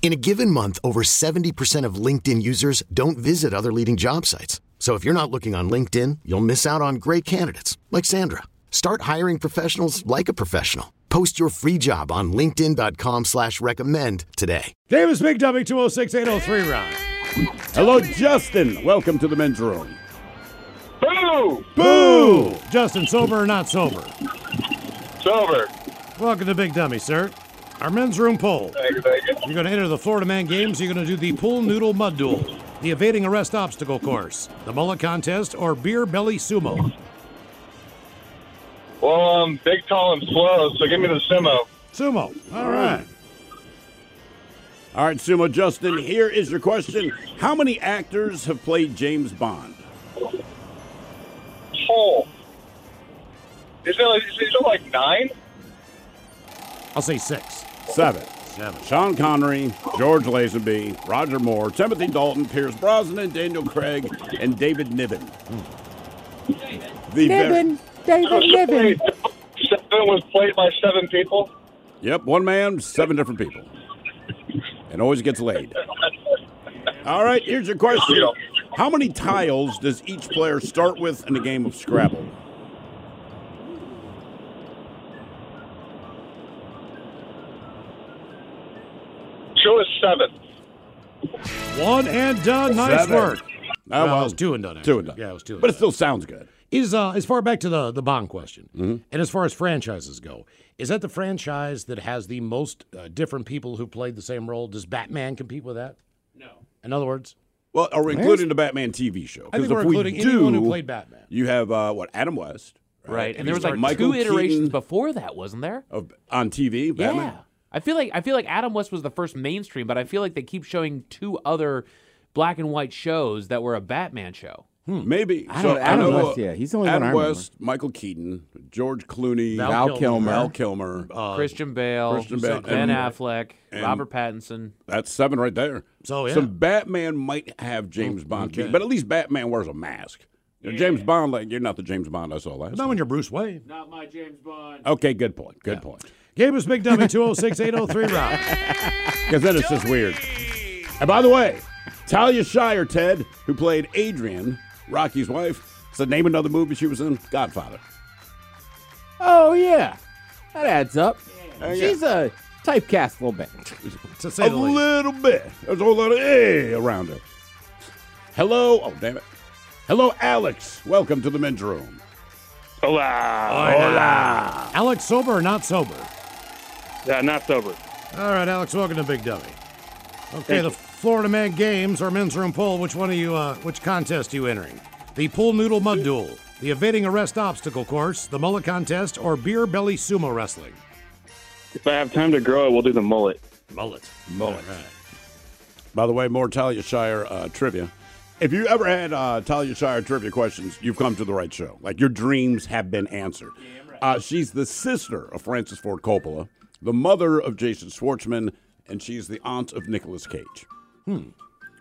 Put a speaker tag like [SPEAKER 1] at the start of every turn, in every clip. [SPEAKER 1] In a given month, over 70% of LinkedIn users don't visit other leading job sites. So if you're not looking on LinkedIn, you'll miss out on great candidates like Sandra. Start hiring professionals like a professional. Post your free job on LinkedIn.com slash recommend today.
[SPEAKER 2] Davis Big Dummy 206 803 round. Hello, Justin. Welcome to the men's room.
[SPEAKER 3] Boo!
[SPEAKER 2] Boo! Justin, sober or not sober?
[SPEAKER 3] Sober.
[SPEAKER 2] Welcome to Big Dummy, sir. Our men's room poll.
[SPEAKER 3] Thank you, thank you.
[SPEAKER 2] You're going to enter the Florida Man Games. You're going to do the Pool Noodle Mud Duel, the Evading Arrest Obstacle Course, the Mullet Contest, or Beer Belly Sumo.
[SPEAKER 3] Well, I'm big, tall, and slow, so give me the sumo.
[SPEAKER 2] Sumo. All right.
[SPEAKER 4] All right, Sumo Justin, here is your question. How many actors have played James Bond?
[SPEAKER 3] Whole. Isn't it like, isn't it like nine?
[SPEAKER 2] I'll say six.
[SPEAKER 4] Seven.
[SPEAKER 2] Seven.
[SPEAKER 4] Sean Connery, George Lazenby, Roger Moore, Timothy Dalton, Pierce Brosnan, Daniel Craig, and David Niven. The very-
[SPEAKER 3] Seven. Seven was played by seven people.
[SPEAKER 4] yep, one man, seven different people. And always gets laid. All right, here's your question. How many tiles does each player start with in a game of Scrabble?
[SPEAKER 3] Sure, it's seven.
[SPEAKER 2] One and done. Nice
[SPEAKER 4] Seven.
[SPEAKER 2] work.
[SPEAKER 4] Oh,
[SPEAKER 2] Well, it was two and done,
[SPEAKER 4] Two
[SPEAKER 2] actually.
[SPEAKER 4] and done.
[SPEAKER 2] Yeah, it was two and
[SPEAKER 4] But it
[SPEAKER 2] done.
[SPEAKER 4] still sounds good.
[SPEAKER 2] Is uh, as far back to the the Bond question,
[SPEAKER 4] Mm-hmm.
[SPEAKER 2] and as far as franchises go, is that the franchise that has the most uh, different people who played the same role? Does Batman compete with that? No. In other words,
[SPEAKER 4] Well, are we including the Batman TV show?
[SPEAKER 2] I
[SPEAKER 4] 'Cause
[SPEAKER 2] think we're
[SPEAKER 4] if we
[SPEAKER 2] including anyone who
[SPEAKER 4] do,
[SPEAKER 2] played Batman.
[SPEAKER 4] You have uh, what Adam West,
[SPEAKER 5] Right, and
[SPEAKER 4] You
[SPEAKER 5] there was
[SPEAKER 4] start
[SPEAKER 5] like
[SPEAKER 4] Michael
[SPEAKER 5] two iterations
[SPEAKER 4] Keaton
[SPEAKER 5] before that, wasn't there?
[SPEAKER 4] of, on TV. Batman.
[SPEAKER 5] Yeah, I feel like I feel like Adam West was the first mainstream, but I feel like they keep showing two other black and white shows that were a Batman show.
[SPEAKER 4] maybe.
[SPEAKER 6] I
[SPEAKER 4] so
[SPEAKER 6] don't- Adam
[SPEAKER 4] I know,
[SPEAKER 6] West,
[SPEAKER 4] uh,
[SPEAKER 6] yeah, he's the only one
[SPEAKER 4] Adam
[SPEAKER 6] I remember.
[SPEAKER 4] West, Michael Keaton, George Clooney,
[SPEAKER 2] Val
[SPEAKER 6] Val
[SPEAKER 2] Kilmer.
[SPEAKER 6] Kilmer.
[SPEAKER 4] Val Kilmer.
[SPEAKER 2] Um,
[SPEAKER 5] Christian Bale,
[SPEAKER 4] Christian Bale,
[SPEAKER 5] Ben
[SPEAKER 4] and-
[SPEAKER 5] Affleck, Robert Pattinson.
[SPEAKER 4] That's seven right there.
[SPEAKER 2] So, yeah.
[SPEAKER 4] so Batman might have James Bond, beat, but at least Batman wears a mask. You know, James Bond, like you're not the James Bond I saw last.
[SPEAKER 2] Not
[SPEAKER 4] time.
[SPEAKER 2] when you're Bruce Wayne.
[SPEAKER 4] Okay, good point. Good point.
[SPEAKER 2] Gabe is Big Dummy 206 803 Rob.
[SPEAKER 4] Because then it's just weird. And by the way, Talia Shire Ted, who played Adrian, Rocky's wife, said name another movie she was in, Godfather.
[SPEAKER 6] Oh yeah, that adds up. She's a typecast a little bit.
[SPEAKER 2] To Oh, say
[SPEAKER 4] A
[SPEAKER 2] the least.
[SPEAKER 4] little bit. There's a whole lot of A around her. Hello, oh damn it. Hello, Alex. Welcome to the men's room.
[SPEAKER 3] Hola.
[SPEAKER 2] Alex, sober or not sober?
[SPEAKER 3] Yeah, not sober.
[SPEAKER 2] All right, Alex, welcome to Big Dummy. Okay, the Florida Man Games, our men's room poll. Which one are you? Uh, which contest are you entering? The pool noodle mud duel, the evading arrest obstacle course, the mullet contest, or beer belly sumo wrestling?
[SPEAKER 3] If I have time to grow it, we'll do the mullet.
[SPEAKER 2] Mullet.
[SPEAKER 4] Mullet. By the way, more Talia Shire uh, trivia. If you ever had uh, Talia Shire trivia questions, you've come to the right show. Like your dreams have been answered. uh, she's the sister of Francis Ford Coppola, the mother of Jason Schwartzman, and she's the aunt of Nicolas Cage.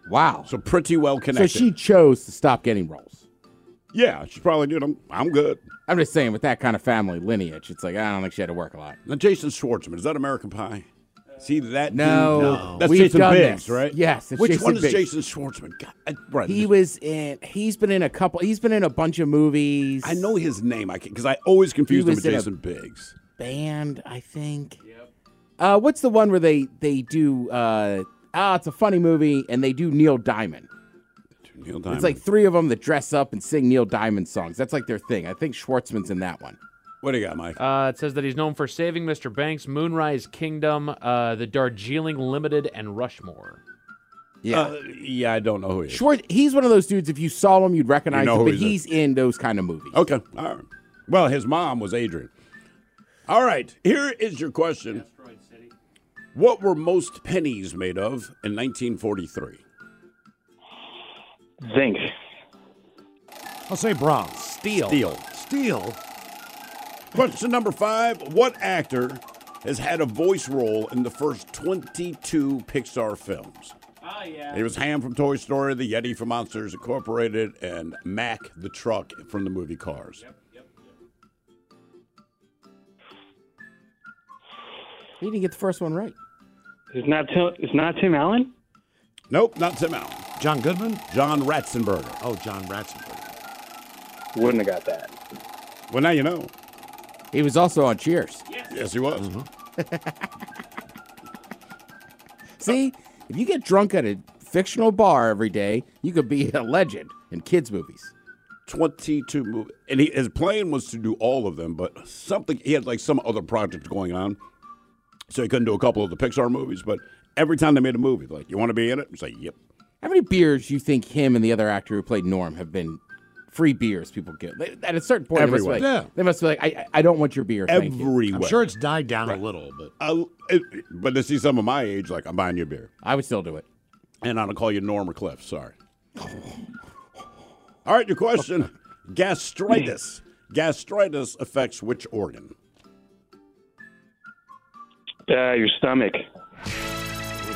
[SPEAKER 6] Wow.
[SPEAKER 4] So pretty well
[SPEAKER 6] So
[SPEAKER 4] connected.
[SPEAKER 6] she chose to stop getting roles.
[SPEAKER 4] yeah, she's probably doing. I'm, I'm good.
[SPEAKER 6] I'm just saying, with that kind of family lineage, it's like I don't think she had to work a lot.
[SPEAKER 4] Now Jason Schwartzman is that American Pie? See that?
[SPEAKER 6] No.
[SPEAKER 4] dude?
[SPEAKER 6] No.
[SPEAKER 4] that's
[SPEAKER 6] We've
[SPEAKER 4] Jason
[SPEAKER 6] done
[SPEAKER 4] Biggs,
[SPEAKER 6] this.
[SPEAKER 4] right?
[SPEAKER 6] Yes, it's
[SPEAKER 4] Which
[SPEAKER 6] Jason
[SPEAKER 4] one is
[SPEAKER 6] Biggs.
[SPEAKER 4] Jason Schwartzman? God, I, Brad,
[SPEAKER 6] He
[SPEAKER 4] this-
[SPEAKER 6] was in. He's been in a couple. He's been in a bunch of movies.
[SPEAKER 4] I know his name. I because I always confuse him
[SPEAKER 6] was
[SPEAKER 4] with
[SPEAKER 6] in a-
[SPEAKER 4] Jason Biggs.
[SPEAKER 6] band. I think. Yep. Uh, what's the one where they they do? Uh, ah, it's a funny movie, and they do Neil Diamond.
[SPEAKER 4] Neil
[SPEAKER 6] It's
[SPEAKER 4] Diamond.
[SPEAKER 6] like three of them that dress up and sing Neil Diamond songs. That's like their thing. I think Schwartzman's in that one.
[SPEAKER 4] What do you got, Mike?
[SPEAKER 5] Uh, it says that he's known for Saving Mr. Banks, Moonrise Kingdom, uh, The Darjeeling Limited, and Rushmore.
[SPEAKER 6] Yeah.
[SPEAKER 4] Uh, yeah, I don't know who he is.
[SPEAKER 6] Schwartz, he's one of those dudes. If you saw him, you'd recognize
[SPEAKER 4] know
[SPEAKER 6] him.
[SPEAKER 4] who
[SPEAKER 6] But
[SPEAKER 4] he is.
[SPEAKER 6] he's in Oh. those kind of movies.
[SPEAKER 4] Okay. All right. Well, his mom was Adrian. All right. Here is your question. What were most pennies made of in 1943?
[SPEAKER 3] Zinc.
[SPEAKER 2] I'll say bronze.
[SPEAKER 5] Steel.
[SPEAKER 4] Deal.
[SPEAKER 2] Steel.
[SPEAKER 4] Question number five. What actor has had a voice role in the first 22 Pixar films?
[SPEAKER 5] Oh, yeah.
[SPEAKER 4] It was Ham from Toy Story, the Yeti from Monsters Incorporated, and Mac the truck from the movie Cars.
[SPEAKER 6] He didn't get the first one right.
[SPEAKER 3] It's not Tim, it's not Tim Allen?
[SPEAKER 4] Nope, not Tim Allen.
[SPEAKER 2] John Goodman?
[SPEAKER 4] John Ratzenberger.
[SPEAKER 2] Oh, John Ratzenberger.
[SPEAKER 3] Wouldn't have got that.
[SPEAKER 4] Well, now you know.
[SPEAKER 6] He was also on Cheers.
[SPEAKER 4] Yes, he was.
[SPEAKER 6] See, if you get drunk at a fictional bar every day, you could be a legend in kids' movies.
[SPEAKER 4] 22 movies. And he, his plan was to do all of them, but something, he had like some other project going on. So he couldn't do a couple of the Pixar movies. But every time they made a movie, they're like, you want to be in it? It's like, yep.
[SPEAKER 6] How many beers do you think him and the other actor who played Norm have been free beers people get? They- At a certain point, they must, be
[SPEAKER 4] Everyone.
[SPEAKER 6] like,
[SPEAKER 2] Yeah.
[SPEAKER 6] they must be like, I, I- I don't want your beer. Thank you.
[SPEAKER 4] Everywhere.
[SPEAKER 2] I'm sure it's died down a little, but
[SPEAKER 4] I- it- but to see some of my age, like, I'm buying you a beer.
[SPEAKER 6] I would still do it.
[SPEAKER 4] And I don't call you Norm or Cliff, sorry. All right, your question gastritis. Gastritis affects which organ?
[SPEAKER 3] Uh, your stomach.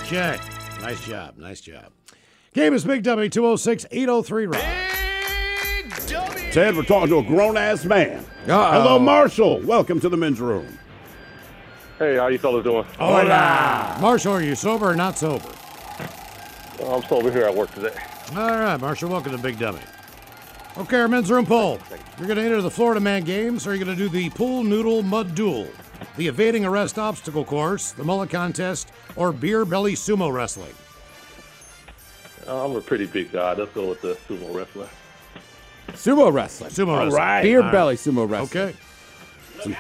[SPEAKER 2] okay. Nice job. Nice job. Game is Big W 206 803 Rock.
[SPEAKER 4] Ted, we're talking to a grown ass man. Hello, Marshall. Welcome to the men's room.
[SPEAKER 3] Hey, how you fellas doing?
[SPEAKER 2] Hola. Marshall, are you sober or not sober?
[SPEAKER 3] I'm still over here at work today.
[SPEAKER 2] All right, Marshall, welcome to Big Dummy. Okay, our men's room poll. You're going to enter the Florida Man Games, or you're going to do the Pool Noodle Mud Duel, the Evading Arrest Obstacle Course, the Mullet Contest, or Beer Belly Sumo Wrestling.
[SPEAKER 3] Uh, I'm a pretty big guy. Let's go with the sumo wrestler.
[SPEAKER 6] Sumo wrestling.
[SPEAKER 2] Sumo wrestling.
[SPEAKER 4] right.
[SPEAKER 6] Beer
[SPEAKER 4] All right.
[SPEAKER 6] belly sumo wrestling.
[SPEAKER 2] Okay.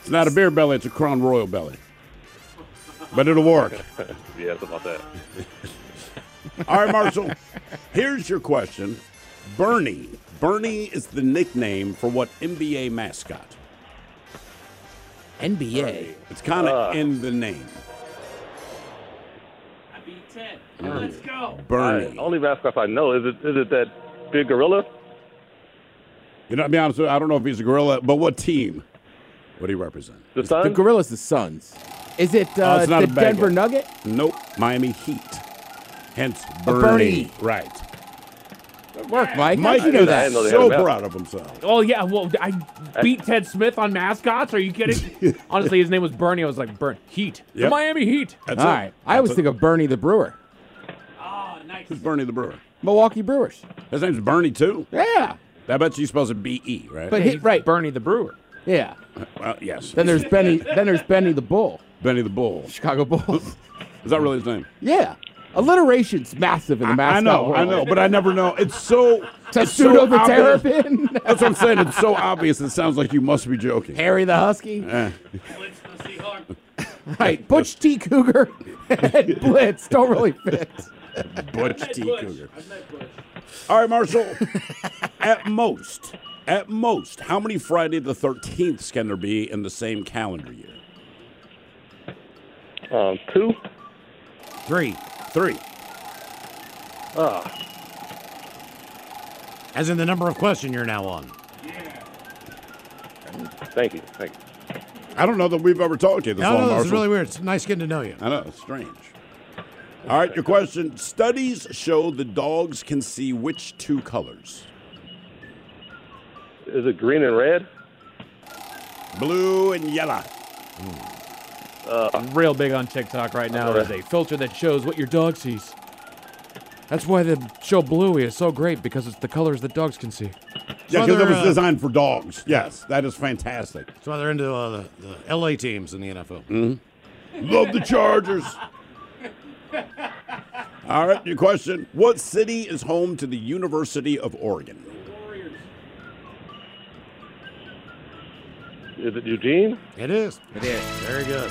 [SPEAKER 4] It's not a beer belly, it's a Crown Royal belly. But it'll work.
[SPEAKER 3] Yeah, it's about that.
[SPEAKER 4] All right, Marshall. Here's your question Bernie. Bernie is the nickname for what NBA mascot?
[SPEAKER 6] NBA.
[SPEAKER 4] It's kind of in the name.
[SPEAKER 5] I beat 10. Let's go.
[SPEAKER 4] Bernie.
[SPEAKER 3] I- only mascots I know is it is it that big gorilla?
[SPEAKER 4] You know, to be honest with you, I don't know if he's a gorilla, but what team would he represent?
[SPEAKER 3] The sun?
[SPEAKER 6] The Gorillas, the Suns. Is it uh,
[SPEAKER 4] Oh, it's not
[SPEAKER 6] the
[SPEAKER 4] a bad
[SPEAKER 6] Denver
[SPEAKER 4] one.
[SPEAKER 6] Nugget?
[SPEAKER 4] Nope, Miami Heat. Hence
[SPEAKER 6] A
[SPEAKER 4] Bernie.
[SPEAKER 6] Bernie.
[SPEAKER 4] Right.
[SPEAKER 6] Work, Mike.
[SPEAKER 4] Mike
[SPEAKER 6] How'd you know
[SPEAKER 4] is
[SPEAKER 6] that?
[SPEAKER 3] know they had
[SPEAKER 4] so
[SPEAKER 3] a map.
[SPEAKER 4] proud of himself.
[SPEAKER 5] Oh, yeah. Well, I beat Ted Smith on mascots. Are you kidding? Honestly, his name was Bernie. I was like, Burn. Heat. The
[SPEAKER 4] Yep.
[SPEAKER 5] Miami Heat.
[SPEAKER 4] That's
[SPEAKER 6] All
[SPEAKER 4] it.
[SPEAKER 6] right. I always
[SPEAKER 4] That's
[SPEAKER 6] think of Bernie the Brewer.
[SPEAKER 5] Oh, nice.
[SPEAKER 4] it. Who's Bernie the Brewer.
[SPEAKER 6] Milwaukee Brewers.
[SPEAKER 4] His name's Bernie too.
[SPEAKER 6] Yeah.
[SPEAKER 4] I bet you spells it B E, right?
[SPEAKER 6] But hit right.
[SPEAKER 5] Bernie the Brewer.
[SPEAKER 6] Yeah.
[SPEAKER 4] well, yes.
[SPEAKER 6] Then there's Benny. then there's Benny the Bull.
[SPEAKER 4] Benny the Bull.
[SPEAKER 6] Chicago Bulls.
[SPEAKER 4] Is that really his name?
[SPEAKER 6] yeah. Alliteration's massive in the mascot
[SPEAKER 4] I know,
[SPEAKER 6] world.
[SPEAKER 4] I know, but I never know. It's so
[SPEAKER 6] To
[SPEAKER 4] it's so
[SPEAKER 6] pseudo the
[SPEAKER 4] obvious.
[SPEAKER 6] Terrapin.
[SPEAKER 4] That's what I'm saying. It's so obvious. It sounds like you must be joking.
[SPEAKER 6] Harry the Husky.
[SPEAKER 4] Eh.
[SPEAKER 6] Right. Butch T. Cougar and Blitz don't really fit.
[SPEAKER 4] Butch T. Cougar. All right, Marshall. at most, at most, how many Friday the 13th can there be in the same calendar year?
[SPEAKER 3] um, two.
[SPEAKER 2] Three.
[SPEAKER 4] Three.
[SPEAKER 2] As in the number of question you're now on.
[SPEAKER 3] Thank you. Thank you.
[SPEAKER 4] I don't know that we've ever talked to you this
[SPEAKER 2] No,
[SPEAKER 4] long,
[SPEAKER 2] no, this
[SPEAKER 4] Marshall.
[SPEAKER 2] is really weird. It's nice getting to know you.
[SPEAKER 4] I know, it's strange. All right, your question. Studies show the dogs can see which two colors?
[SPEAKER 3] Is it green and red?
[SPEAKER 4] Blue and yellow.
[SPEAKER 5] Real big on TikTok right now is a filter that shows what your dog sees. That's why the show Bluey is so great because it's the colors that dogs can see.
[SPEAKER 4] Yeah,
[SPEAKER 2] Well,
[SPEAKER 4] because it
[SPEAKER 2] they're,
[SPEAKER 4] was
[SPEAKER 2] uh,
[SPEAKER 4] designed for dogs. Yes, that is fantastic.
[SPEAKER 2] That's why they're into uh, the, the LA teams in the NFL.
[SPEAKER 3] Mm.
[SPEAKER 4] Love the Chargers. All right, your question. What city is home to the University of Oregon?
[SPEAKER 7] Is it Eugene?
[SPEAKER 8] It is.
[SPEAKER 9] It is.
[SPEAKER 8] Very good.